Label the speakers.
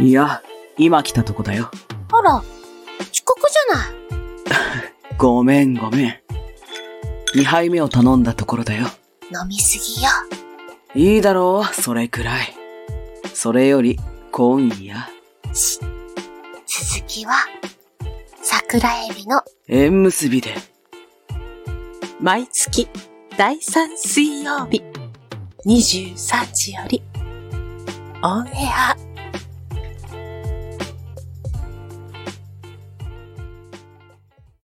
Speaker 1: いや、今来たとこだよ。
Speaker 2: あら、遅刻じゃない。
Speaker 1: ごめんごめん。二杯目を頼んだところだよ。
Speaker 2: 飲みすぎよ。
Speaker 1: いいだろう、それくらい。それより、今夜、
Speaker 2: 続きは、桜エビの
Speaker 1: 縁結びで、
Speaker 3: 毎月第3水曜日23時よりオンエア